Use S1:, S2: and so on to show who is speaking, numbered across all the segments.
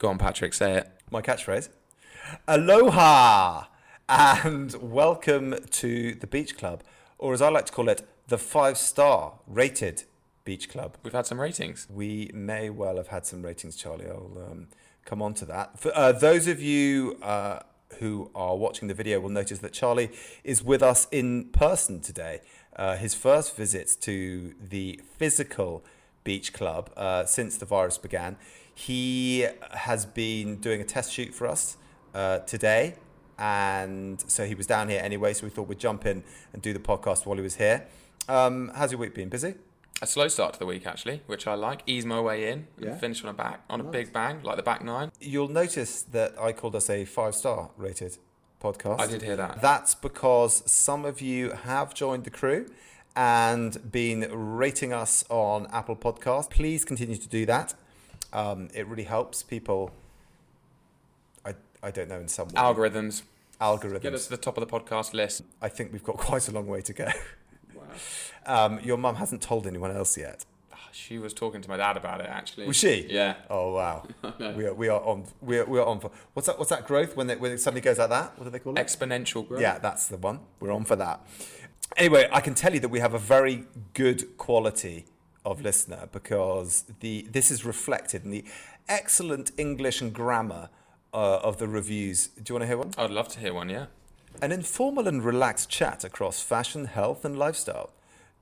S1: Go on, Patrick, say it.
S2: my catchphrase. Aloha and welcome to the Beach Club, or as I like to call it, the five star rated Beach Club.
S1: We've had some ratings.
S2: We may well have had some ratings, Charlie. I'll um, come on to that. For, uh, those of you uh, who are watching the video will notice that Charlie is with us in person today. Uh, his first visits to the physical beach club uh, since the virus began. He has been doing a test shoot for us uh, today. And so he was down here anyway, so we thought we'd jump in and do the podcast while he was here. Um, how's your week been? Busy?
S1: A slow start to the week, actually, which I like. Ease my way in and
S2: Yeah.
S1: finish on a back on a big bang, like the back nine.
S2: You'll notice that I called us a five star rated podcast.
S1: I did hear that.
S2: That's because some of you have joined the crew and been rating us on Apple Podcasts. Please continue to do that. Um, it really helps people. I, I don't know in some way.
S1: Algorithms get us
S2: algorithms.
S1: to the top of the podcast list.
S2: I think we've got quite a long way to go.
S1: Wow.
S2: Um, your mum hasn't told anyone else yet.
S1: She was talking to my dad about it, actually.
S2: Was she?
S1: Yeah.
S2: Oh wow. we are we are on we are, we are on for what's that what's that growth when it when it suddenly goes like that? What do they call it?
S1: Exponential growth.
S2: Yeah, that's the one. We're on for that. Anyway, I can tell you that we have a very good quality of listener because the this is reflected in the excellent English and grammar uh, of the reviews. Do you want to hear one?
S1: I'd love to hear one, yeah.
S2: An informal and relaxed chat across fashion, health, and lifestyle.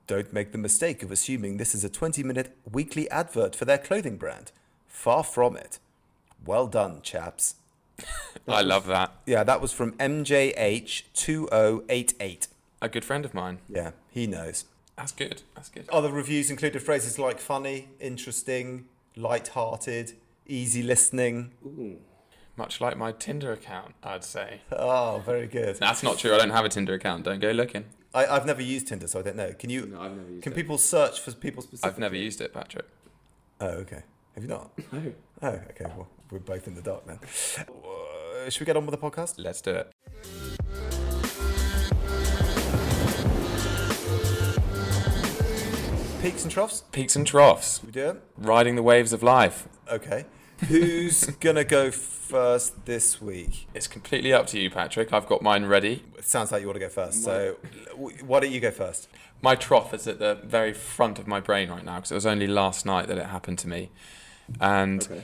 S2: Don't make the mistake of assuming this is a 20 minute weekly advert for their clothing brand. Far from it. Well done, chaps.
S1: I love that.
S2: Yeah, that was from MJH2088.
S1: A good friend of mine.
S2: Yeah, he knows.
S1: That's good. That's good.
S2: Other reviews included phrases like funny, interesting, light-hearted, easy listening.
S1: Much like my Tinder account, I'd say.
S2: Oh, very good.
S1: That's not true. I don't have a Tinder account. Don't go looking.
S2: I, I've never used Tinder, so I don't know. Can you?
S3: No, I've never used
S2: can
S3: it.
S2: people search for people
S1: I've
S2: specific?
S1: never used it, Patrick.
S2: Oh, okay. Have you not?
S3: No.
S2: Oh, okay. Well, we're both in the dark then. Uh, should we get on with the podcast?
S1: Let's do it.
S2: Peaks and troughs.
S1: Peaks and troughs.
S2: We do it.
S1: Riding the waves of life.
S2: Okay. Who's gonna go first this week?
S1: It's completely up to you, Patrick. I've got mine ready.
S2: It sounds like you want to go first. So, w- why don't you go first?
S1: My trough is at the very front of my brain right now because it was only last night that it happened to me. And
S3: Okay.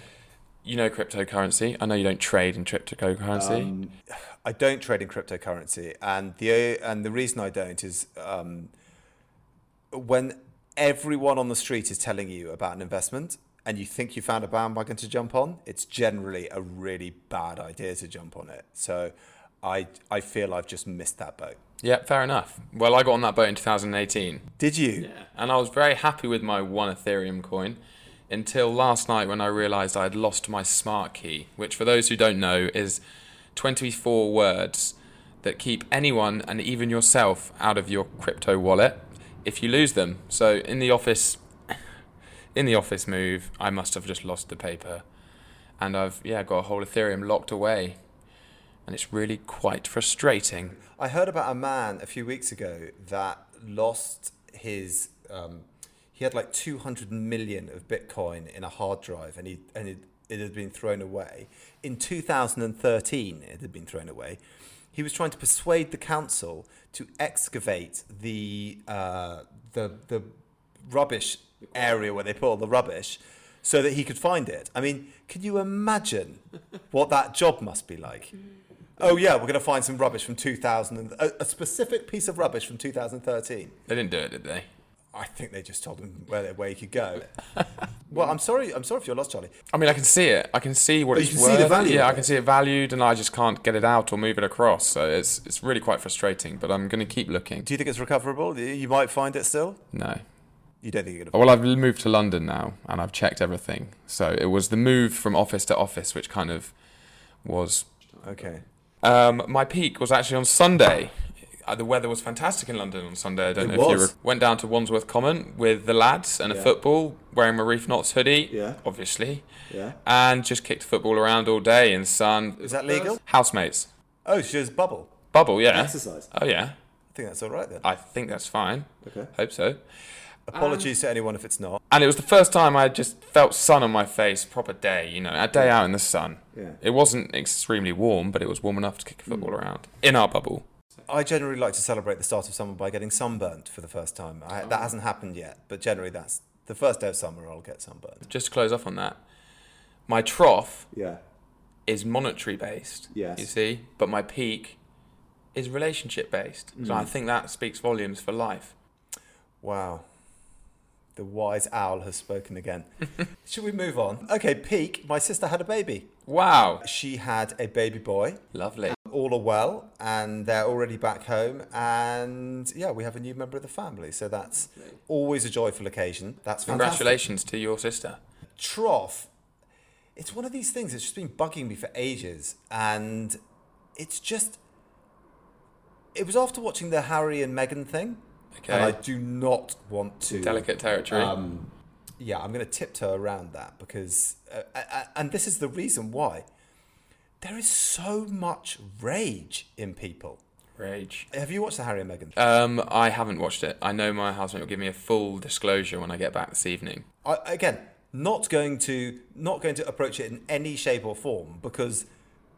S1: you know cryptocurrency. I know you don't trade in cryptocurrency.
S3: Um,
S2: I don't trade in cryptocurrency, and the and the reason I don't is um, when everyone on the street is telling you about an investment and you think you found a bandwagon to jump on, it's generally a really bad idea to jump on it. So, I I feel I've just missed that boat.
S1: yeah, fair enough. Well, I got on that boat in 2018.
S2: Did you?
S3: yeah.
S1: and I was very happy with my one Ethereum coin until last night when I realized I had lost my smart key, which, for those who don't know, is 24 words that keep anyone and even yourself out of your crypto wallet if you lose them. So in the office, in the office move, I must have just lost the paper, and I've yeah got a whole Ethereum locked away, and it's really quite frustrating.
S2: I heard about a man a few weeks ago that lost his. Um, he had like 200 million of Bitcoin in a hard drive, and he and it, it had been thrown away. In 2013, it had been thrown away. He was trying to persuade the council to excavate the uh, the the rubbish area where they put all the rubbish, so that he could find it. I mean, can you imagine what that job must be like? Oh yeah, we're going to find some rubbish from 2000 and a, a specific piece of rubbish from 2013.
S1: They didn't do it, did they?
S2: I think they just told him where where he could go. well, I'm sorry, I'm sorry if you're lost, Charlie.
S1: I mean, I can see it. I can see what
S2: Oh, you
S1: it's
S2: can see
S1: worth.
S2: the value
S1: yeah,
S2: of
S1: I can
S2: it.
S1: see it valued, and I just can't get it out or move it across. So it's it's really quite frustrating. But I'm going to keep looking.
S2: Do you think it's recoverable? You- You might find it still.
S1: No.
S2: You don't think you're going to.
S1: Well, I've moved to London now, and I've checked everything. So it was the move from office to office, which kind of was
S2: Okay.
S1: Um, my peak was actually on Sunday. Uh, The weather was fantastic in London on Sunday. I don't
S2: It
S1: know if you
S2: was.
S1: were, went down to Wandsworth Common with the lads and a
S3: Yeah.
S1: football, wearing my Reef Knots hoodie,
S3: Yeah.
S1: obviously,
S3: Yeah.
S1: and just kicked football around all day in sun.
S2: Is that legal?
S1: Housemates.
S2: Oh, she was bubble.
S1: Bubble, yeah.
S3: Exercise.
S1: Oh yeah.
S2: I think that's all right then.
S1: I think that's fine.
S3: Okay.
S1: Hope so.
S2: Apologies to anyone if it's not.
S1: And it was the first time I just felt sun on my face, proper day, you know, a day out in the sun.
S3: Yeah.
S1: It wasn't extremely warm, but it was warm enough to kick a
S2: Hmm.
S1: football around in our bubble.
S2: I generally like to celebrate the start of summer by getting sunburnt for the first time. I,
S3: Oh.
S2: That hasn't happened yet, but generally that's the first day of summer I'll get sunburnt.
S1: Just to close off on that, my trough
S3: Yeah.
S1: is monetary based.
S3: Yes.
S1: You see, but my peak is relationship based. So
S2: Hmm.
S1: I think that speaks volumes for life.
S2: Wow. The wise owl has spoken again. Should we move on? Okay, peak. My sister had a baby.
S1: Wow.
S2: She had a baby boy.
S1: Lovely.
S2: All are well, and they're already back home. And yeah, we have a new member of the family. So that's always a joyful occasion. That's fantastic.
S1: Congratulations to your sister.
S2: trough it's one of these things that's just been bugging me for ages and it's just it was after watching the harry and meghan thing and i
S1: Okay.
S2: do not want to
S1: Delicate territory.
S3: Um,
S2: yeah i'm going to tiptoe around that because uh, a- a- and this is the reason why there is so much rage in people
S1: Rage.
S2: have you watched the harry and meghan
S1: Um, I haven't watched it. I know my housemate will give me a full disclosure when I get back this evening.
S2: I, again, not going to not going to approach it in any shape or form because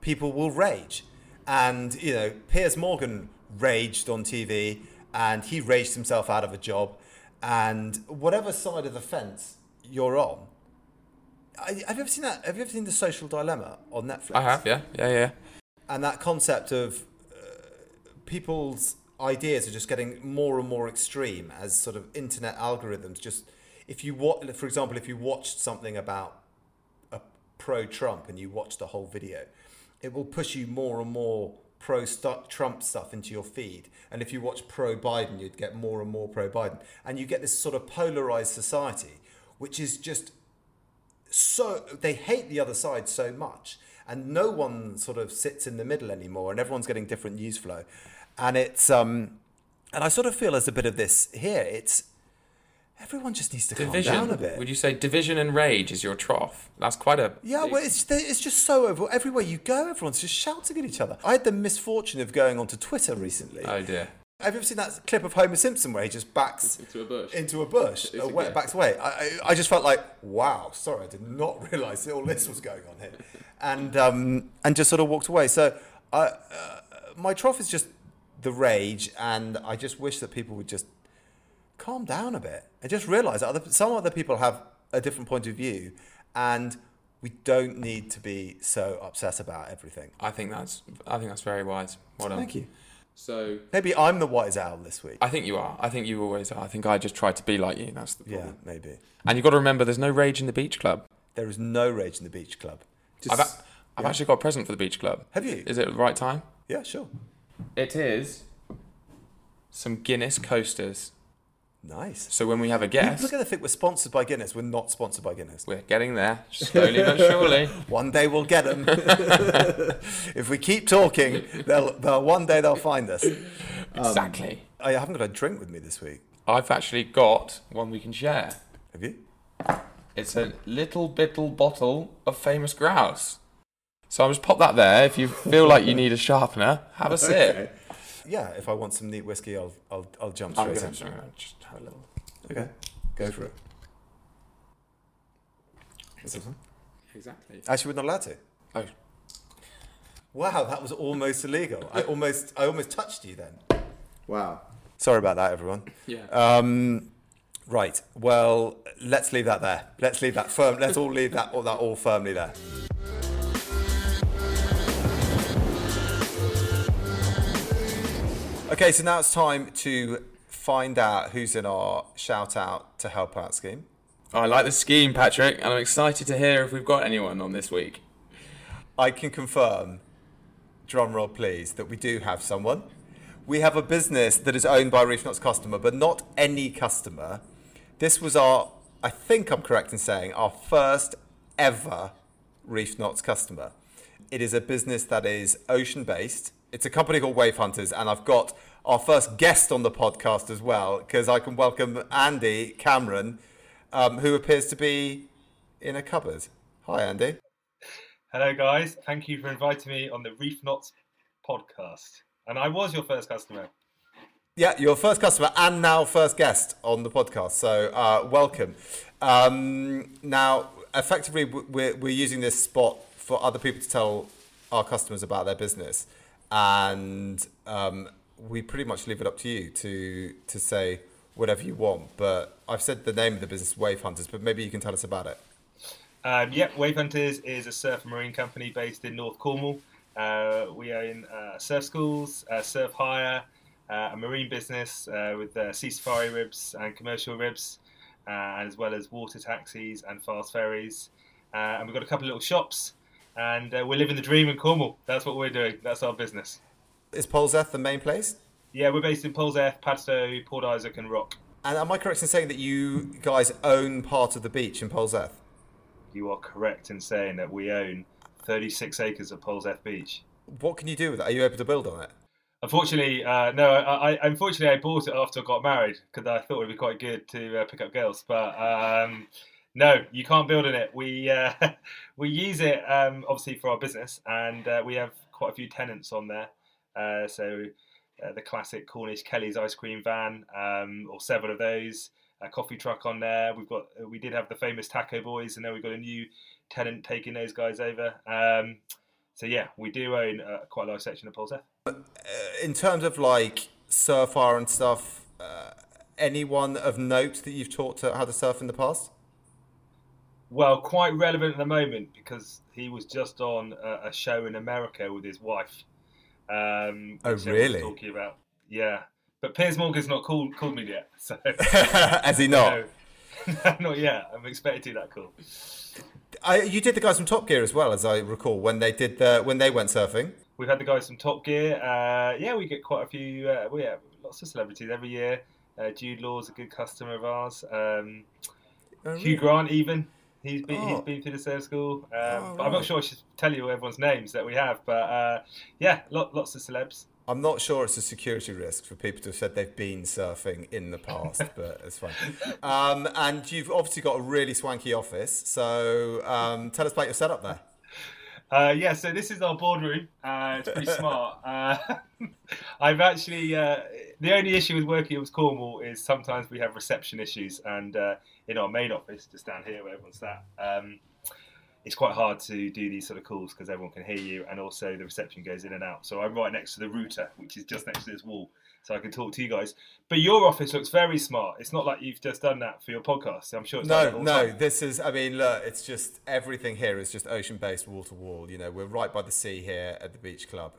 S2: people will rage, and you know Piers Morgan raged on TV, and he raged himself out of a job, and whatever side of the fence you're on. I, have you ever seen that? Have you ever seen the Social Dilemma on Netflix?
S1: I have, yeah, yeah, yeah.
S2: and that concept of uh, people's ideas are just getting more and more extreme as sort of internet algorithms just if you watch for example if you watched something about a pro trump and you watch the whole video it will push you more and more pro stu- trump stuff into your feed and if you watch pro biden you'd get more and more pro biden and you get this sort of polarized society which is just so they hate the other side so much and no one sort of sits in the middle anymore and everyone's getting different news flow and it's um and i sort of feel there's a bit of this here it's everyone just needs to
S1: Division.
S2: calm down a bit
S1: Would you say division and rage is your trough? That's quite a
S2: yeah, well, it's it's just so over everywhere you go, everyone's just shouting at each other. I had the misfortune of going onto Twitter recently.
S1: Oh dear.
S2: Have you ever seen that clip of Homer Simpson where he just backs
S3: Into a bush.
S2: Into a bush,
S3: It's-
S2: uh, wa-
S3: yeah.
S2: backs away. I, I, I just felt like, wow, sorry, I did not realise that all this was going on here, and um, and just sort of walked away. So, I, uh, my trough is just the rage, and I just wish that people would just calm down a bit and just realise that other, some other people have a different point of view, and we don't need to be so upset about everything.
S1: I think that's I think that's very wise. Well done.
S2: Thank you.
S3: So
S2: Maybe I'm the wise owl this week.
S1: I think you are. I think you always are. I think I just try to be like you. That's the problem.
S2: Yeah, maybe.
S1: And you've got to remember, there's no rage in the beach club.
S2: There is no rage in the beach club.
S3: just
S1: I've, a- I've actually got a present for the beach club.
S2: Have you?
S1: Is it the right time?
S2: Yeah, sure.
S1: It is some Guinness coasters.
S2: Nice.
S1: So when we have a guest,
S2: Look at the think we're sponsored by Guinness. We're not sponsored by Guinness.
S1: we're getting there slowly but surely.
S2: One day we'll get them. if we keep talking, they'll, they'll one day they'll find us.
S1: Exactly.
S2: I haven't got a drink with me this week.
S1: I've actually got one we can share.
S2: Have you?
S1: It's a little bittle bottle of famous grouse. So I'll just pop that there. If you feel like you need a sharpener, have a sip.
S3: okay.
S2: Yeah. If I want some neat whiskey, I'll I'll, I'll jump
S1: I'll
S2: straight
S1: go-
S2: in.
S1: sorry, I'll just have a little.
S2: Okay. Go for it.
S1: Exactly.
S2: Actually, we're not allowed to.
S1: Oh,
S2: Wow, that was almost illegal. I almost I almost touched you then.
S3: Wow.
S2: Sorry about that, everyone.
S1: yeah.
S2: Um, right. Well, let's leave that there. Let's leave that firm. Let's all leave that all that all firmly there. Okay, so now it's time to find out who's in our shout out to help out scheme.
S1: I like the scheme, Patrick, and I'm excited to hear if we've got anyone on this week.
S2: I can confirm, drum roll please, that we do have someone. We have a business that is owned by Reef Knots customer, but not any customer. This was our, I think I'm correct in saying, our first ever Reef Knots customer. It is a business that is ocean based. It's a company called Wave Hunters, and I've got our first guest on the podcast as well, because I can welcome Andy Cameron, um, who appears to be in a cupboard. Hi, Andy.
S4: Hello, guys. Thank you for inviting me on the Reef Knots
S3: podcast, and I was your first customer.
S2: Yeah, your first customer and now first guest on the podcast. So uh, welcome. Um, now, effectively, w- we're, we're using this spot for other people to tell our customers about their business, and um, we pretty much leave it up to you to to say whatever you want. But I've said the name of the business, Wave Hunters, but maybe you can tell us about it.
S3: Um, yep, Wave Hunters is a surf and marine company based in North Cornwall. Uh, we own uh, surf schools, uh, surf hire, uh, a marine business uh, with uh, sea safari ribs and commercial ribs, uh, as well as water taxis and fast ferries. Uh, and we've got a couple of little shops, and uh, we're living the dream in Cornwall. That's what we're doing. That's our business.
S2: Is Polzeth the main place?
S3: Yeah, we're based in Polzeth, Padstow, Port Isaac, and Rock.
S2: And am I correct in saying that you guys own part of the beach in Polzeth?
S3: You are correct in saying that we own 36 acres of Polzeth Beach.
S2: What can you do with it? Are you able to build on it?
S3: Unfortunately, uh, no. I, I unfortunately I bought it after I got married because I thought it would be quite good to uh, pick up girls. But um, no, you can't build in it. We uh, we use it um, obviously for our business, and uh, we have quite a few tenants on there. Uh, so uh, the classic Cornish Kelly's ice cream van, um, or several of those. A coffee truck on there. We've got uh, we did have the famous Taco Boys, and now we've got a new tenant taking those guys over. Um, so yeah, we do own uh, quite a large section of Polseth.
S2: in terms of like surf hour and stuff, uh, anyone of note that you've taught to how to surf in the past?
S3: Well, quite relevant at the moment because he was just on a, a show in America with his wife. Um,
S2: Oh,
S3: which everyone's
S2: really?
S3: Talking about yeah, but Piers Morgan's not called called me yet, so
S2: Has he not?
S3: no, not yet. I'm expecting that call.
S2: I, you did the guys from Top Gear as well, as I recall, when they did the when they went surfing.
S3: We've had the guys from Top Gear. Uh, yeah, we get quite a few. Uh, we have lots of celebrities every year. Uh, Jude Law's a good customer of ours. Um,
S2: Oh,
S3: Hugh
S2: really?
S3: Grant, even. He's been,
S2: Oh.
S3: he's been through the same school. Um,
S2: Oh,
S3: but
S2: right.
S3: I'm not sure I should tell you everyone's names that we have. But uh, yeah, lot, lots of celebs.
S2: I'm not sure it's a security risk for people to have said they've been surfing in the past, but it's fine. Um, and you've obviously got a really swanky office, so um, tell us about your setup there.
S3: Uh, yeah, so this is our boardroom. Uh, it's pretty smart. Uh, I've actually uh, the only issue with working with Cornwall is sometimes we have reception issues, and uh, in our main office, just down here where everyone's sat, um, it's quite hard to do these sort of calls because everyone can hear you, and also the reception goes in and out. So I'm right next to the router, which is just next to this wall, so I can talk to you guys. But your office looks very smart. It's not like you've just done that for your podcast. I'm sure it's like that
S2: No,
S3: all the
S2: no,
S3: time.
S2: this is, I mean, look, it's just everything here is just ocean based, wall to wall. You know, we're right by the sea here at the beach club.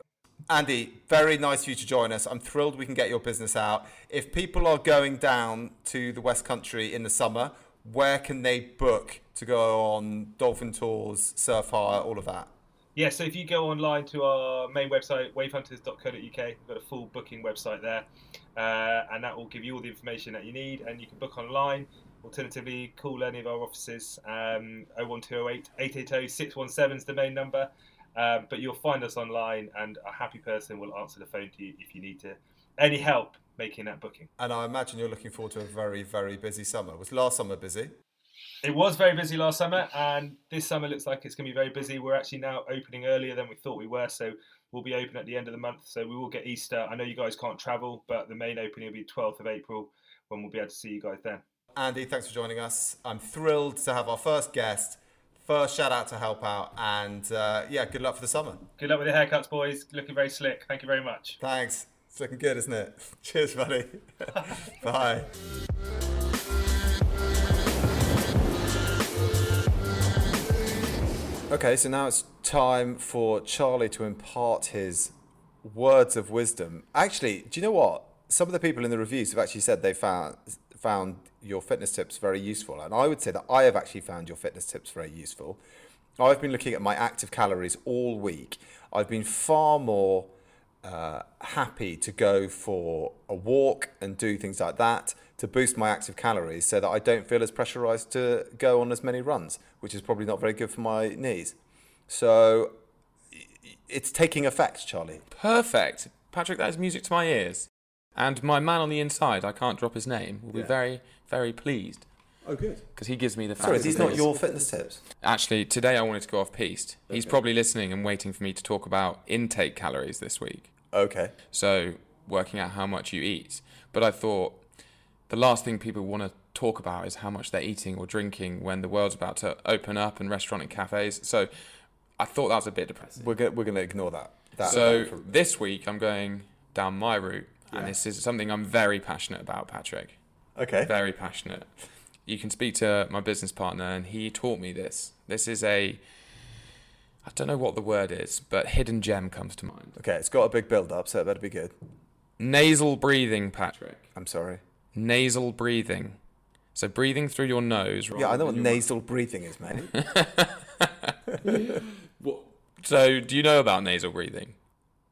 S2: Andy, very nice of you to join us. I'm thrilled we can get your business out. If people are going down to the West Country in the summer, where can they book to go on dolphin tours, surf hire, all of that?
S3: Yeah, so if you go online to our main website, wavehunters.co.uk, we've got a full booking website there, uh, and that will give you all the information that you need, and you can book online. Alternatively, call any of our offices, um, 01208 880 617 is the main number, um, but you'll find us online, and a happy person will answer the phone to you if you need to any help making that booking.
S2: And I imagine you're looking forward to a very, very busy summer. Was last summer busy?
S3: It was very busy last summer, and this summer looks like it's going to be very busy. We're actually now opening earlier than we thought we were, so we'll be open at the end of the month. So we will get Easter. I know you guys can't travel, but the main opening will be 12th of April when we'll be able to see you guys then.
S2: Andy, thanks for joining us. I'm thrilled to have our first guest. First shout out to help out, and uh, yeah, good luck for the summer.
S3: Good luck with your haircuts, boys. Looking very slick. Thank you very much.
S2: Thanks. It's looking good, isn't it? Cheers, buddy. Bye. Okay, so now it's time for Charlie to impart his words of wisdom. Actually, do you know what? Some of the people in the reviews have actually said they found found your fitness tips very useful, and I would say that I have actually found your fitness tips very useful. I've been looking at my active calories all week. I've been far more uh, happy to go for a walk and do things like that to boost my active calories so that I don't feel as pressurized to go on as many runs, which is probably not very good for my knees. So i- i- it's taking effect, Charlie.
S1: Perfect. Patrick, that is music to my ears. And my man on the inside, I can't drop his name, will be
S2: Yeah.
S1: very, very pleased.
S4: Oh, good.
S1: because he gives me the facts.
S2: Sorry,
S1: and
S2: these not
S1: figures.
S2: your fitness tips.
S1: Actually, today I wanted to go off piste. He's
S4: Okay.
S1: probably listening and waiting for me to talk about intake calories this week.
S2: Okay.
S1: So, working out how much you eat. But I thought the last thing people want to talk about is how much they're eating or drinking when the world's about to open up and restaurant and cafes. So, I thought that was a bit depressing.
S2: We're gonna, we're gonna ignore that. that
S1: So,
S2: that from-
S1: this week I'm going down my route,
S2: Yeah.
S1: and this is something I'm very passionate about, Patrick.
S2: okay.
S1: Very passionate. You can speak to my business partner, and he taught me this. This is a, I don't know what the word is, but hidden gem comes to mind.
S2: Okay, it's got a big build up, so it better be good.
S1: Nasal breathing, Patrick.
S2: I'm sorry.
S1: Nasal breathing. So breathing through your nose.
S2: Yeah, I
S1: rather
S2: know what
S1: than your
S2: nasal breathing is, mate.
S4: What?
S1: mouth. So do you know about nasal breathing?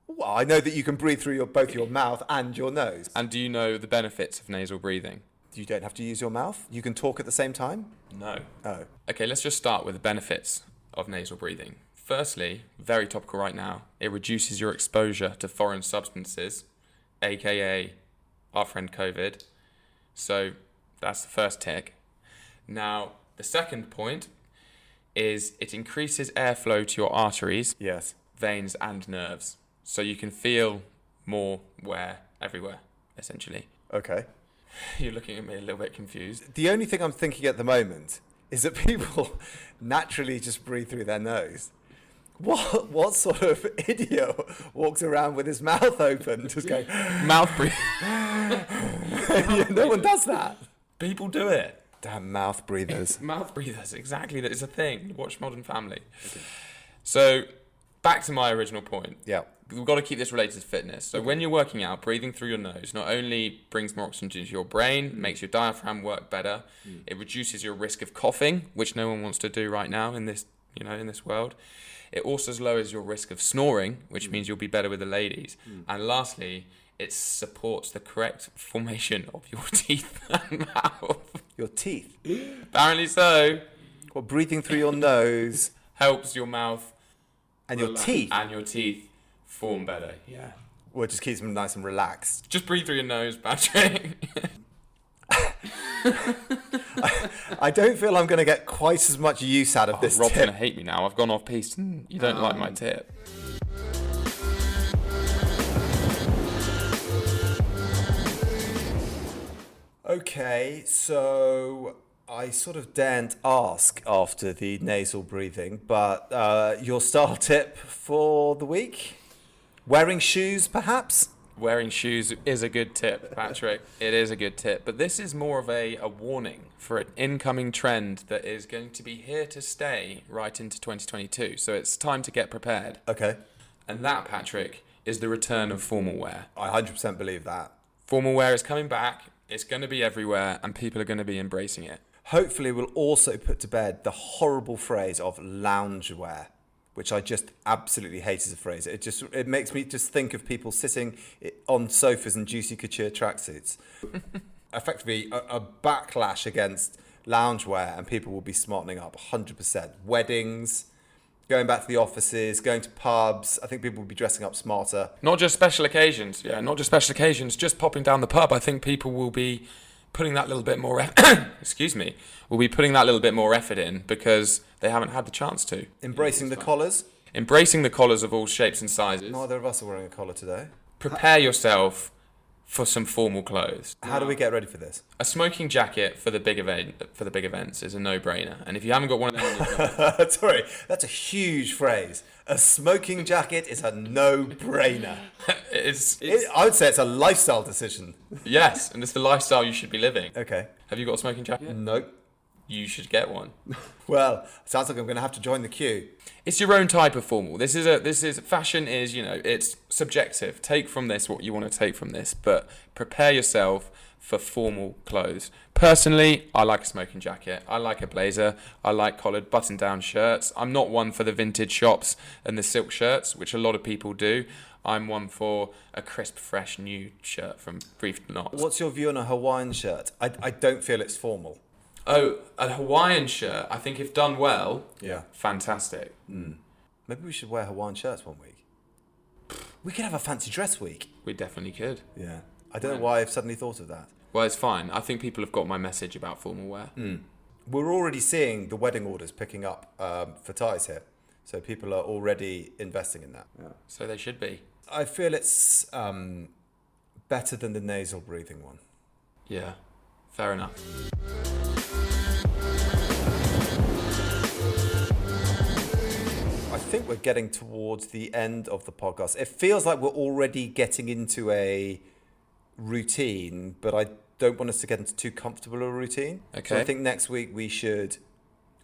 S2: well, I know that you can breathe through your, both your mouth and your nose.
S1: And do you know the benefits of nasal breathing?
S2: You don't have to use your mouth. You can talk at the same time.
S1: No.
S2: Oh,
S1: Okay, let's just start with the benefits of nasal breathing. Firstly, very topical right now, it reduces your exposure to foreign substances, aka our friend COVID. So that's the first tick. Now, the second point is it increases airflow to your arteries,
S2: yes.
S1: veins, and nerves. So you can feel more wear everywhere, essentially.
S2: Okay.
S1: You're looking at me a little bit confused.
S2: The only thing I'm thinking at the moment is that people naturally just breathe through their nose. What what sort of idiot walks around with his mouth open, just going?
S1: Mouth breathing.
S2: no one does that.
S1: People do it.
S2: Damn mouth breathers.
S1: Mouth breathers, exactly. That is a thing. Watch Modern Family. So, back to my original point.
S2: Yeah.
S1: We've got to keep this related to fitness. So, when you're working out, breathing through your nose not only brings more oxygen to your brain, makes your diaphragm work better, it reduces your risk of coughing, which no one wants to do right now in this, you know, in this world. It also lowers your risk of snoring, which means you'll be better with the ladies. And lastly, it supports the correct formation of your teeth and mouth.
S2: Your teeth.
S1: Apparently so
S2: Well, breathing through your nose
S1: helps your mouth
S2: and your
S1: relax
S2: teeth.
S1: and your teeth form better. Yeah.
S2: Well, it just keeps them nice and relaxed.
S1: Just breathe through your nose, Patrick.
S2: I don't feel I'm going to get quite as much use out of this
S1: Rob's
S2: tip. Um.
S1: gonna hate me now. I've gone off piste. You don't like my tip.
S2: Okay, so I sort of daren't ask after the nasal breathing, but uh, your style tip for the week? Wearing shoes, perhaps?
S1: Wearing shoes is a good tip, Patrick. it is a good tip. But this is more of a, a warning for an incoming trend that is going to be here to stay right into 2022. So it's time to get prepared.
S2: Okay,
S1: And that, Patrick, is the return of formal wear.
S2: I 100% believe that.
S1: Formal wear is coming back, it's going to be everywhere, and people are going to be embracing it.
S2: Hopefully, we'll also put to bed the horrible phrase of loungewear, which I just absolutely hate as a phrase. It just it makes me just think of people sitting i- on sofas in juicy couture tracksuits. Effectively, a, a backlash against loungewear, and people will be smartening up 100%. Weddings, going back to the offices, going to pubs. I think people will be dressing up smarter.
S1: Not just special occasions, yeah, not just special occasions, just popping down the pub. I think people will be putting that little bit more, eff- excuse me, will be putting that little bit more effort in because they haven't had the chance to.
S2: Embracing the collars.
S1: Embracing the collars of all shapes and sizes.
S2: Neither of us are wearing a collar today.
S1: Prepare yourself for some formal clothes.
S2: How do we get ready for this?
S1: A smoking jacket for the big event for the big events is a no-brainer. And if you haven't got one of them, on your
S2: Sorry, that's a huge phrase. A smoking jacket is a no-brainer.
S1: it's,
S2: It-
S1: it's
S2: I would say it's a lifestyle decision.
S1: yes, and it's the lifestyle you should be living.
S2: Okay.
S1: Have you got a smoking jacket?
S2: Nope.
S1: You should get one.
S2: Well, sounds like I'm going to have to join the queue.
S1: it's your own type of formal. This is a this is fashion is you know it's subjective. Take from this what you want to take from this, but prepare yourself for formal clothes. Personally, I like a smoking jacket. I like a blazer. I like collared button-down shirts. I'm not one for the vintage shops and the silk shirts, which a lot of people do. I'm one for a crisp, fresh, new shirt from Brief Knots.
S2: What's your view on a Hawaiian shirt? I, I don't feel it's formal.
S1: Oh, a Hawaiian shirt. I think if done well,
S2: Yeah.
S1: fantastic.
S2: Maybe we should wear Hawaiian shirts one week. We could have a fancy dress week.
S1: We definitely could.
S2: Yeah. I don't know why I've suddenly thought of that.
S1: Well, it's fine. I think people have got my message about formal wear.
S2: We're already seeing the wedding orders picking up um, for ties here. So people are already investing in that.
S1: So they should be.
S2: I feel it's um, better than the nasal breathing one.
S1: Yeah. Fair enough.
S2: I think we're getting towards the end of the podcast. It feels like we're already getting into a routine, but I don't want us to get into too comfortable a routine. So I
S1: Okay.
S2: think next week we should.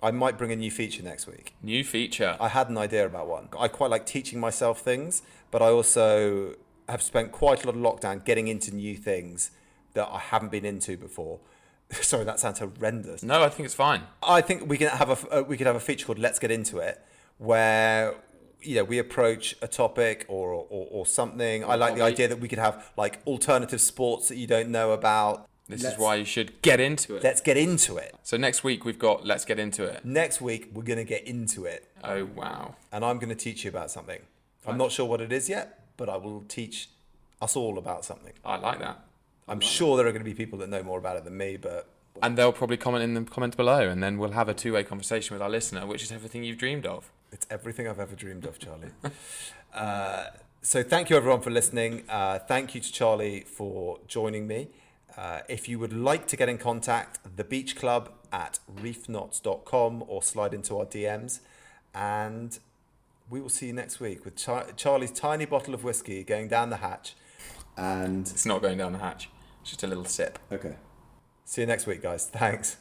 S2: I might bring a new feature next week.
S1: New feature.
S2: I had an idea about one. I quite like teaching myself things, but I also have spent quite a lot of lockdown getting into new things that I haven't been into before. Sorry, that sounds horrendous.
S1: No, I think it's fine.
S2: I think we can have a f- uh, we could have a feature called "Let's Get Into It," where you know we approach a topic or or, or something. I like the
S1: Hobby.
S2: idea that we could have like alternative sports that you don't know about.
S1: This
S2: Let's-
S1: is why you should get into it.
S2: Let's get into it.
S1: So next week we've got Let's Get Into It.
S2: Next week we're gonna get into it,
S1: Oh, wow.
S2: and I'm gonna teach you about something. I'm not sure what it is yet, but I will teach us all about something.
S1: I like that.
S2: I'm sure there are gonna be people that know more about it than me, but
S1: And they'll probably comment in the comment below, and then we'll have a two way conversation with our listener, which is everything you've dreamed of.
S2: It's everything I've ever dreamed of, Charlie. uh, so thank you everyone for listening. Uh, thank you to Charlie for joining me. Uh, if you would like to get in contact, the beach club at reefknots.com or slide into our DMs. And we will see you next week with Char- Charlie's tiny bottle of whiskey going down the hatch. And
S1: It's not going down the hatch, it's just a little sip.
S2: okay. See you next week, guys. Thanks.